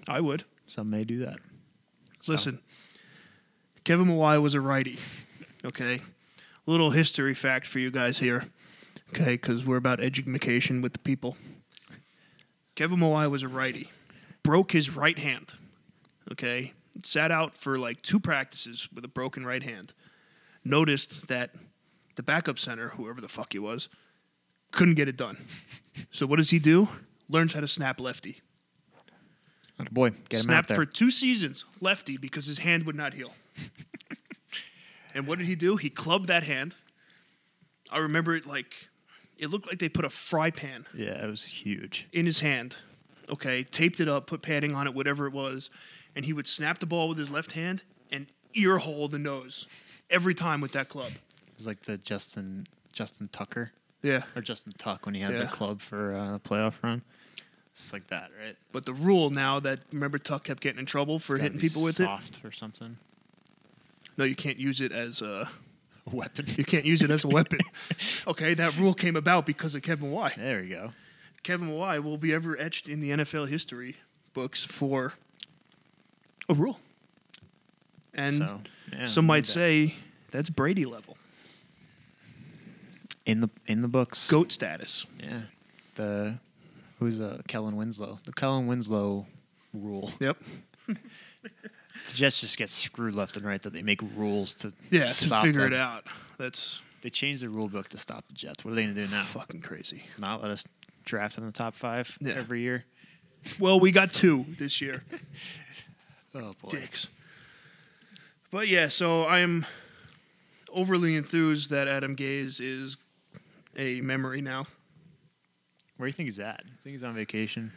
I would.
Some may do that.
Listen, Kevin Mawai was a righty. Okay. Little history fact for you guys here. Okay, because we're about education with the people. Kevin Mawai was a righty. Broke his right hand. Okay. Sat out for like two practices with a broken right hand. Noticed that the backup center, whoever the fuck he was, couldn't get it done. So what does he do? Learns how to snap lefty
Atta boy, get him out
snapped
there.
for two seasons lefty because his hand would not heal. and what did he do? He clubbed that hand. I remember it like it looked like they put a fry pan
yeah, it was huge.
in his hand. Okay, taped it up, put padding on it, whatever it was, and he would snap the ball with his left hand and ear hole the nose every time with that club.
It was like the Justin Justin Tucker
Yeah.
or Justin Tuck when he had the
Yeah.
club for uh, the playoff run. It's like that, right?
But the rule now that remember Tuck kept getting in trouble for
Gotta
hitting
be
people with it.
soft or something.
No, you can't use it as a
A weapon.
you can't use it as a weapon. Okay, that rule came about because of Kevin Y.
There we go.
Kevin Y will be ever etched in the NFL history books for a rule. And
so, yeah,
some might
that.
say that's Brady level,
in the in the books.
goat status.
Yeah. The who's uh Kellen Winslow. The Kellen Winslow rule.
Yep.
The Jets just get screwed left and right that they make rules to
Yeah,
stop
to figure it
them.
out. That's
They changed the rule book to stop the Jets. What are they gonna do now?
fucking crazy.
Not let us draft in the top five
Yeah.
every year.
Well, we got two this year.
Oh boy.
Dicks. But yeah, so I'm overly enthused that Adam Gaze is a memory now.
Where do you think he's at? I think he's on vacation.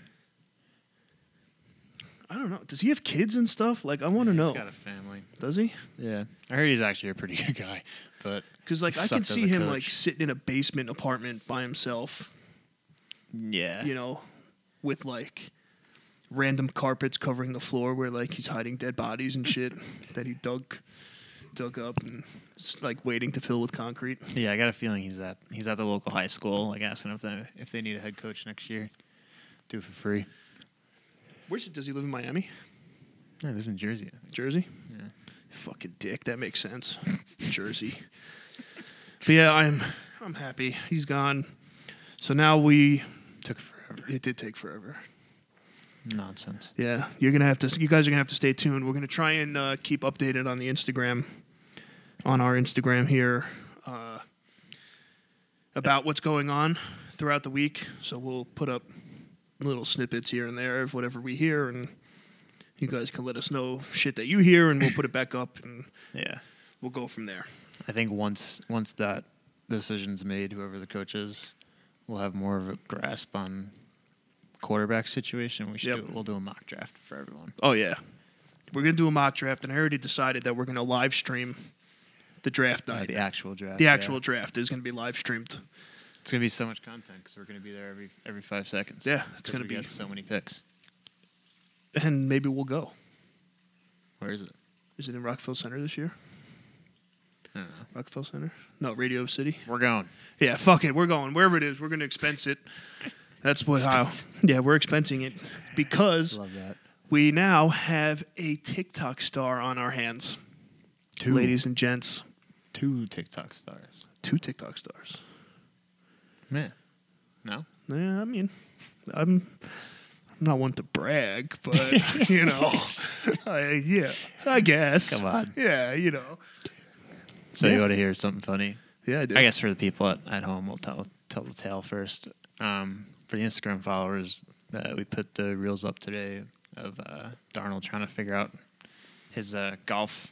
I don't know. Does he have kids and stuff? Like, I want to know.
He's got a family.
Does he?
Yeah. I heard he's actually a pretty good guy. But
Because like
He
I can
sucked as
see
a
him
coach.
like sitting in a basement apartment by himself,
yeah.
you know, with like random carpets covering the floor where like he's hiding dead bodies and shit that he dug dug up and s- like waiting to fill with concrete.
Yeah, I got a feeling he's at he's at the local high school, like asking if they if they need a head coach next year. Do it for free.
Where's it? Does he live in Miami,
Yeah, this is in Jersey.
Jersey?
Yeah.
Fucking dick. That makes sense. Jersey. But yeah, I'm I'm happy he's gone. So now we
Took forever.
it did take forever.
Nonsense.
Yeah, you're gonna have to. You guys are gonna have to stay tuned. We're gonna try and uh, keep updated on the Instagram, on our Instagram here, uh, about what's going on throughout the week. So we'll put up little snippets here and there of whatever we hear, and you guys can let us know shit that you hear, and we'll put it back up, and
Yeah.
we'll go from there.
I think once once that decision's made, whoever the coach is, will have more of a grasp on quarterback situation. We should
Yep.
do, we'll do a mock draft for everyone.
Oh yeah, we're gonna do a mock draft, and I already decided that we're gonna live stream the draft
Uh,
night.
the actual draft.
the
yeah.
actual draft is gonna be live streamed.
It's gonna be so much content because we're gonna be there every every five seconds.
Yeah, it's
'Cause
gonna
we
be-
got so many picks.
and maybe we'll go.
Where is it?
Is it in Rockville Center this year?
I don't know.
Rockville Center? No, Radio City.
We're going.
Yeah, fuck it. We're going wherever it is. We're going to expense it. That's what how. Yeah, we're expensing it because
Love that.
we now have a TikTok star on our hands,
Two
ladies and gents.
two TikTok stars.
Two TikTok stars.
Man, no,
Yeah, I mean, I'm I'm not one to brag, but you know, I, yeah, I guess.
Come on.
Yeah, you know.
So
Yeah.
you want to hear something funny?
Yeah, I do.
I guess for the people at, at home, we'll tell tell the tale first. Um, for the Instagram followers, uh, we put the reels up today of uh, Darnold trying to figure out his uh, golf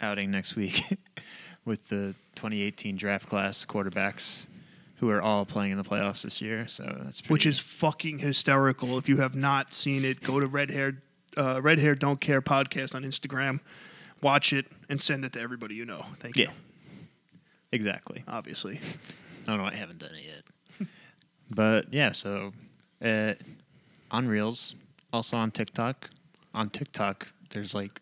outing next week with the 2018 draft class quarterbacks who are all playing in the playoffs this year. So that's pretty,
which is fucking hysterical. If you have not seen it, go to Red Hair, uh, Red Hair Don't Care podcast on Instagram, watch it, and send it to everybody you know. Thank
yeah,
you.
exactly.
Obviously,
I don't know. I haven't done it yet. but yeah, so uh, on Reels, also on TikTok. On TikTok, there's like,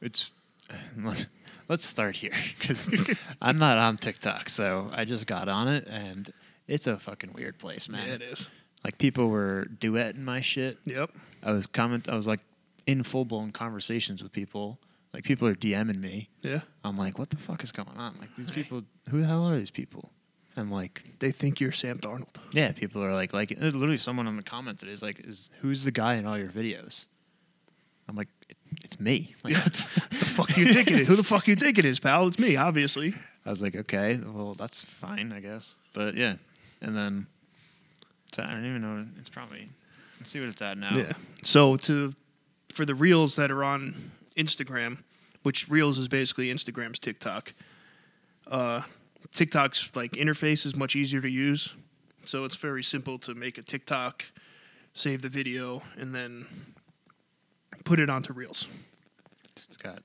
it's. Let's start here because I'm not on TikTok, so I just got on it and it's a fucking weird place, man.
yeah, it is.
Like people were duetting my shit.
Yep.
I was comment. I was like in full blown conversations with people. Like people are DMing me.
Yeah.
I'm like, what the fuck is going on? Like these people, who the hell are these people? And like,
They think you're Sam Darnold.
yeah, people are like, like literally someone in the comments today is like, is who's the guy in all your videos? I'm like, it, it's me. Like,
The fuck do you think it is? Who the fuck do you think it is, pal? It's me, obviously.
I was like, okay, well that's fine, I guess. But yeah, and then so I don't even know. It's probably let's see what it's at now.
Yeah. So to for the reels that are on Instagram, which reels is basically Instagram's TikTok. Uh, TikTok's like interface is much easier to use, so it's very simple to make a TikTok, save the video, and then put it onto reels.
It's got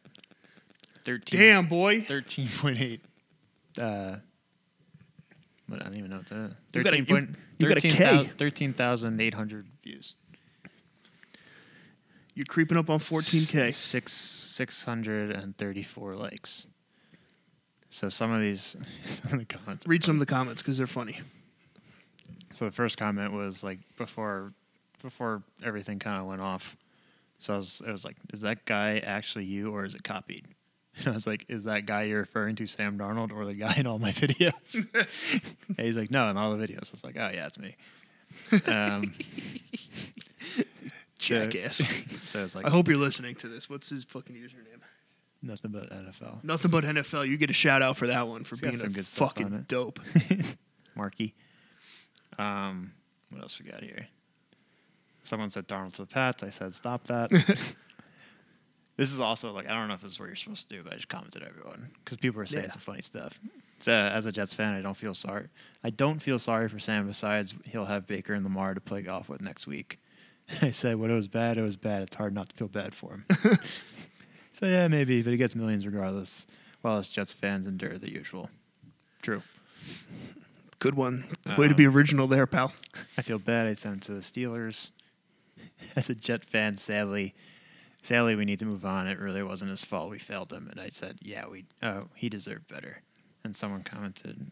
thirteen.
Damn boy,
Thirteen point eight. Uh, what I don't even know what that.
You got a- you-
Thirteen point.
you got a K.
Thirteen thousand eight hundred views.
you're creeping up on 14k.
Six six hundred and thirty four likes. So some of these, some of the comments.
Read some of the comments because they're funny.
So the first comment was like before, before everything kind of went off. So I was, I was like, is that guy actually you or is it copied? And I was like, is that guy you're referring to Sam Darnold or the guy in all my videos? and he's like, no, in all the videos. I was like, oh yeah, it's me. Um, so-
Jackass.
so it's like
I hope you're listening to this. What's his fucking username?
nothing but NFL.
Nothing but NFL. You get a shout out for that one for
He's got
being a
some good stuff on
fucking
it.
dope.
Markey. Um, what else we got here? Someone said Darnold to the Pats. I said stop that. this is also like I don't know if this is what you're supposed to do, but I just commented everyone because people are saying
Yeah.
some funny stuff. So as a Jets fan, I don't feel sorry. I don't feel sorry for Sam. Besides, he'll have Baker and Lamar to play golf with next week. I said when it was bad, it was bad. It's hard not to feel bad for him. so yeah, maybe, but he gets millions regardless. While us Jets fans endure the usual. True. Uh,
Good one. Way to be original there, pal.
I feel bad. I sent him to the Steelers. As a Jet fan, sadly, sadly, we need to move on. It really wasn't his fault. We failed him, and I said, "Yeah, we. Oh, he deserved better." And someone commented,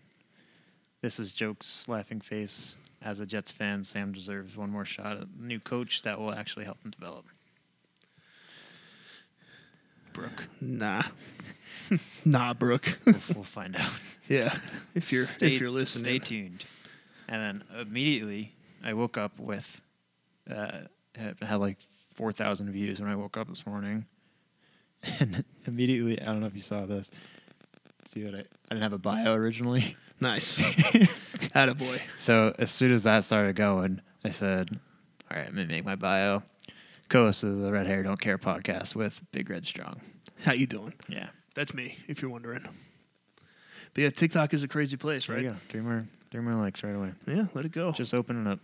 "This is jokes, laughing face." As a Jets fan, Sam deserves one more shot at new coach that will actually help him develop. Brooke,
Nah. nah, Brooke.
we'll, we'll find out.
yeah. If you're
Stay-
if you're
stay
listening.
tuned. And then immediately, I woke up with uh, had had like four thousand views when I woke up this morning. And immediately, I don't know if you saw this. See what I? I didn't have a bio originally,
Nice. Attaboy.
so as soon as that started going, I said, "All right, I'm gonna make my bio." Co-host of the Red Hair Don't Care podcast with Big Red Strong.
How you doing?
Yeah,
That's me, if you're wondering. But yeah, TikTok is a crazy place,
there
right?
you go. Three more, three more likes right away.
Yeah, let it go.
Just open it up,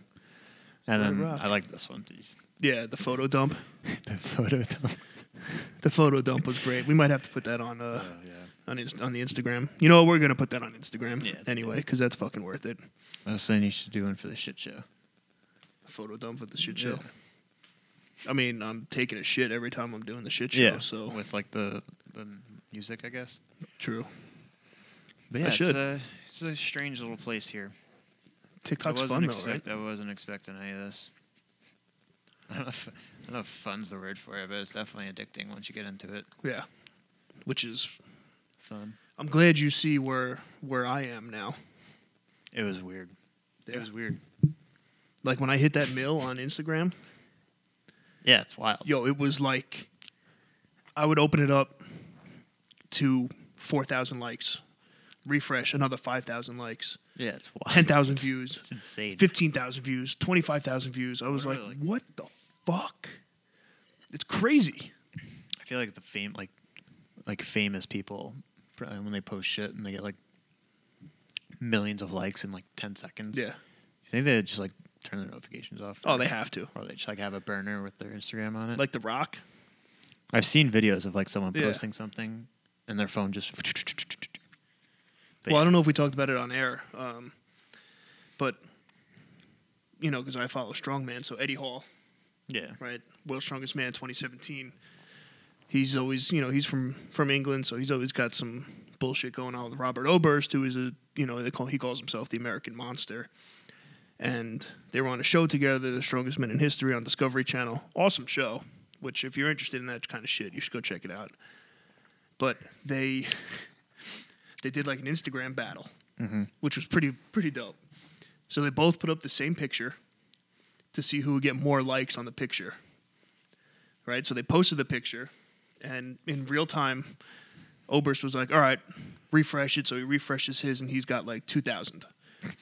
and
Let it
then
rock.
I like this one. These
yeah, the photo dump.
the photo. dump.
The photo dump was great. We might have to put that on uh
yeah.
on Inst- on the Instagram. You know, we're gonna put that on Instagram
Yeah, let's do
anyway, because that's fucking worth it.
I was saying you should do one for the shit show.
Photo dump with the shit show.
Yeah.
I mean, I'm taking a shit every time I'm doing the shit show. So
with like the the music, I guess.
true.
But
I
yeah, it's
should.
a it's a strange little place here.
TikTok's
I
fun
wasn't
though, right?
expect I wasn't expecting any of this. I don't, know if, I don't know if fun's the word for it, but it's definitely addicting once you get into it.
Yeah. Which is
Fun.
I'm glad you see where where I am now.
It was weird.
Yeah.
It was weird.
Like when I hit that mill on Instagram,
Yeah, it's wild.
Yo, it was like I would open it up to 4,000 likes, refresh another 5,000 likes,
Yeah, it's wild.
10,000
It's-
views.
It's insane.
15,000 views, 25,000 views. I was
Really?
like, what the fuck? It's crazy.
I feel like the fame, like like famous people, pr- uh, when they post shit and they get like millions of likes in like ten seconds.
Yeah.
you think they just like turn their notifications off?
Oh, they have to.
Or they just like have a burner with their Instagram on it.
Like The Rock.
I've seen videos of like someone
Yeah.
posting something and their phone just. But
well, I
yeah.
don't know if we talked about it on air, um, but you know, because I follow strongman, so Eddie Hall,
Yeah.
right? World's Strongest Man, 2017. He's always, you know, he's from from England, so he's always got some bullshit going on with Robert Oberst, who is a, you know, they call he calls himself the American Monster. And they were on a show together, The Strongest Men in History, on Discovery Channel. Awesome show. Which, if you're interested in that kind of shit, you should go check it out. But they they did like an Instagram battle, which was pretty pretty dope. So they both put up the same picture to see who would get more likes on the picture. Right? So they posted the picture, and in real time, Oberst was like, all right, refresh it. So he refreshes his, and he's got like 2,000.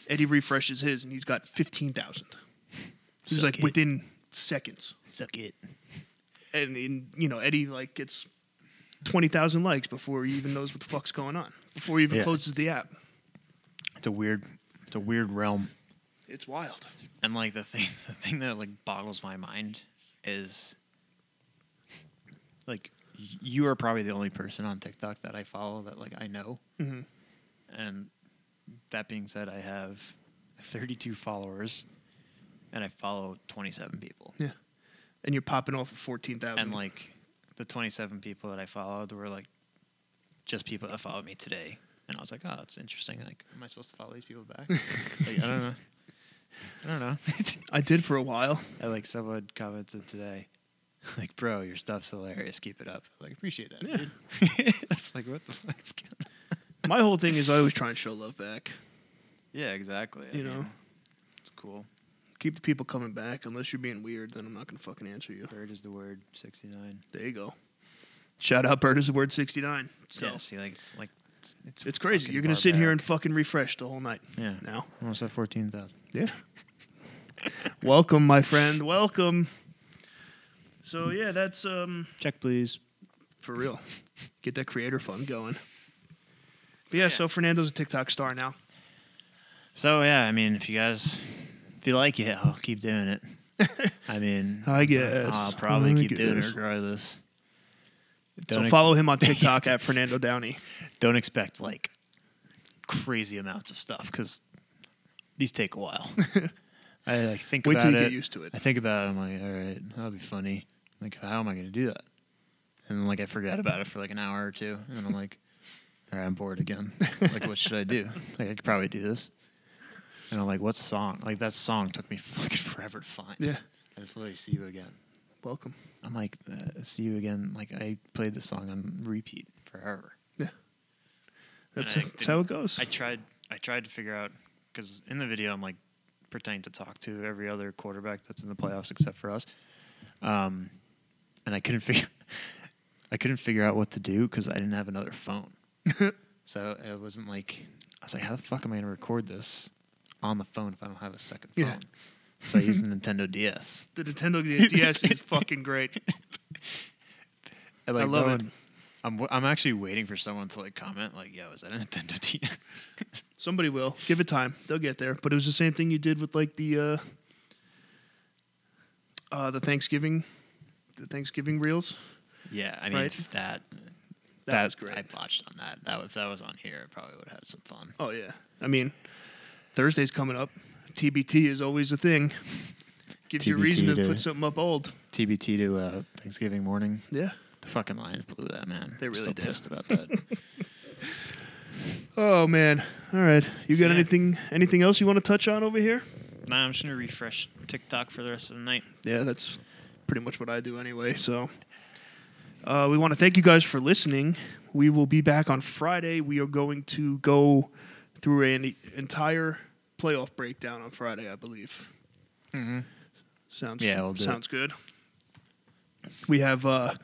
Eddie refreshes his, and he's got 15,000. He was
Suck
like
it.
within seconds.
Suck it.
And, in, you know, Eddie like gets 20,000 likes before he even knows what the fuck's going on, before he even
Yeah.
closes the app.
It's a weird. It's a weird realm.
It's wild.
And like the thing, the thing that like boggles my mind is like y- you are probably the only person on TikTok that I follow that like I know.
Mhm.
And that being said, I have 32 followers, and I follow 27 people.
Yeah. And you're popping off at 14,000.
And like the 27 people that I followed were like just people that followed me today. And I was like, oh, that's interesting. Like, am I supposed to follow these people back? like, I don't know. I don't know.
I did for a while.
I like someone commented today, like, bro, your stuff's hilarious. Keep it up. I like, appreciate that.
Yeah.
dude." It's like, what the fuck's going on?
My whole thing is I always try and show love back.
Yeah, exactly.
You know?
it's cool.
Keep the people coming back. Unless you're being weird, then I'm not going to fucking answer you.
Bird is the word, 69.
There you go. Shout out Bird is the word 69. So
yeah, see, like, it's like, it's, it's,
it's crazy. You're going to sit here and fucking refresh the whole night
Yeah.
now.
Almost at 14,000.
Yeah. Welcome, my friend. Welcome. So, yeah, that's um
Check, please.
for real. Get that creator fund going. But yeah, so Fernando's a TikTok star now.
So, yeah, I mean, if you guys, if you like it, I'll keep doing it. I mean,
I guess.
I'll probably
I
keep doing it
guess.
regardless.
So
Don't ex-
follow him on TikTok at Fernando Downey.
don't expect like crazy amounts of stuff because these take a while. I like think
Wait
about
till you
it.
get used to it.
I think about it. I'm like, all right, that'll be funny. Like, how am I going to do that? And then, like I forget about it for like an hour or two, and I'm like, all right, I'm bored again. Like, what should I do? Like, I could probably do this. And I'm like, what song? Like that song took me fucking forever to find.
Yeah.
I just literally see you again.
Welcome.
I'm like, uh, see you again. Like I played the song on repeat forever.
Yeah. That's,
And I
that's how it
didn't-
goes.
I tried. I tried to figure out because in the video I'm like pretending to talk to every other quarterback that's in the playoffs except for us, um, and I couldn't figure. I couldn't figure out what to do because I didn't have another phone. so it wasn't like I was like, how the fuck am I going to record this on the phone if I don't have a second phone?
Yeah.
So I used a Nintendo DS.
the Nintendo DS is fucking great.
And, like,
love
no
it.
one- I'm w- I'm actually waiting for someone to like comment like, yo, is that a Nintendo DS?
Somebody will give it time; they'll get there. But it was the same thing you did with like the uh, uh, the Thanksgiving, the Thanksgiving reels.
Yeah, I mean
Right?
if that.
That was great.
I botched on that. That if that was on here, I probably would have had some fun.
Oh yeah, I mean Thursday's coming up. TBT is always a thing. Gives you a reason to
TBT to-
put something up old.
TBT to uh, Thanksgiving morning.
Yeah.
The fucking Lions blew that man.
They
I'm
really
still
did.
pissed about that.
Oh man. All right. You
So,
got
yeah.
anything anything else you want to touch on over here?
nah, I'm just gonna refresh TikTok for the rest of the night.
yeah, that's pretty much what I do anyway. So, uh, we want to thank you guys for listening. We will be back on Friday. We are going to go through an entire playoff breakdown on Friday, I believe.
Mm-hmm.
Sounds
Yeah, we'll do
sounds good. We have uh,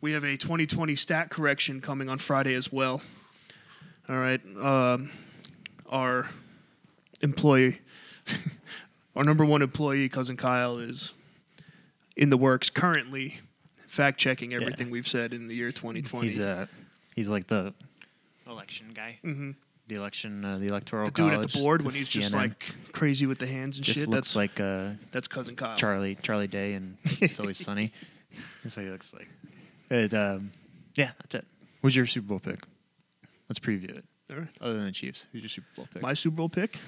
we have a 2020 stat correction coming on Friday as well. All right, um, our employee, our number one employee, cousin Kyle, is in the works currently, fact checking everything we've said in the year 2020.
He's uh, he's like the election guy,
Mhm.
the election, uh, the electoral
the dude at
college,
the board
the
when he's just
CNN.
like crazy with the hands and
just
shit.
looks
That's Oh.
like uh,
that's cousin Kyle.
Charlie Charlie Day, and it's always sunny. That's what he looks like. It, um, yeah, that's it. Who's your Super Bowl pick? Let's preview it.
All right.
Other than the Chiefs, who's your Super Bowl pick?
My Super Bowl pick,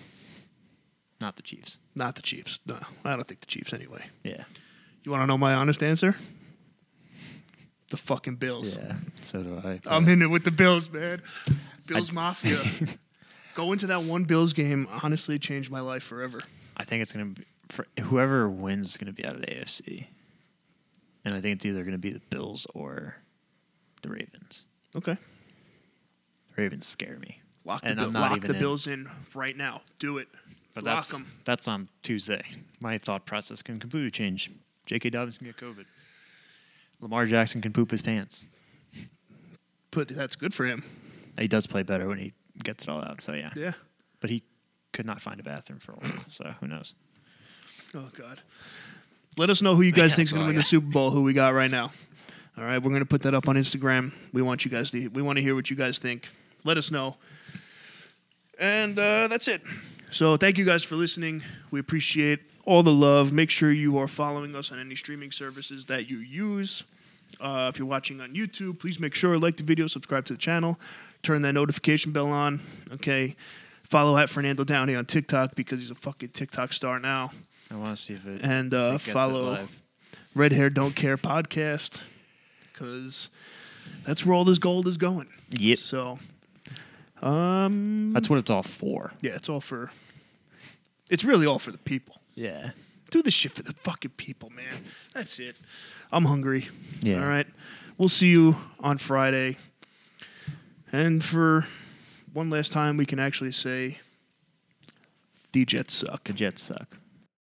Not the Chiefs.
not the Chiefs. No, I don't think the Chiefs anyway.
Yeah.
You want to know my honest answer? The fucking Bills.
Yeah. So do I.
I'm in it with the Bills, man. Bills
I'd-
Mafia. Going to that one Bills game honestly changed my life forever.
I think it's gonna be for whoever wins is gonna be out of the AFC, and I think it's either gonna be the Bills or the Ravens.
Okay.
Ravens scare me,
Lock the,
And
bill,
I'm not
lock
even
the
in.
Bills in right now. Do it.
but
lock
that's
'em.
that's on Tuesday. My thought process can completely change. J.K. Dobbins can get COVID. Lamar Jackson can poop his pants.
But that's good for him.
He does play better when he gets it all out. So yeah,
Yeah.
but he could not find a bathroom for a while. So who knows?
Oh God. Let us know who you guys
Yeah,
think's
that's
going
all I
to win the
got.
Super Bowl. Who we got right now? All right, we're going to put that up on Instagram. We want you guys to. We want to hear what you guys think. Let us know. And uh, that's it. So thank you guys for listening. We appreciate all the love. Make sure you are following us on any streaming services that you use. Uh, if you're watching on YouTube, please make sure like the video, subscribe to the channel, turn that notification bell on. Okay, follow at Fernando Downey on TikTok because he's a fucking TikTok star now
I want to see if it
and uh,
it gets it
follow
live.
Red Hair Don't Care podcast because that's where all this gold is going.
Yep,
So, um,
that's what it's all for.
yeah, it's all for. It's really all for the people.
Yeah,
Do this shit for the fucking people, man. That's it. I'm hungry.
Yeah.
All right. We'll see you on Friday. And for one last time, we can actually say the Jets suck.
the Jets suck.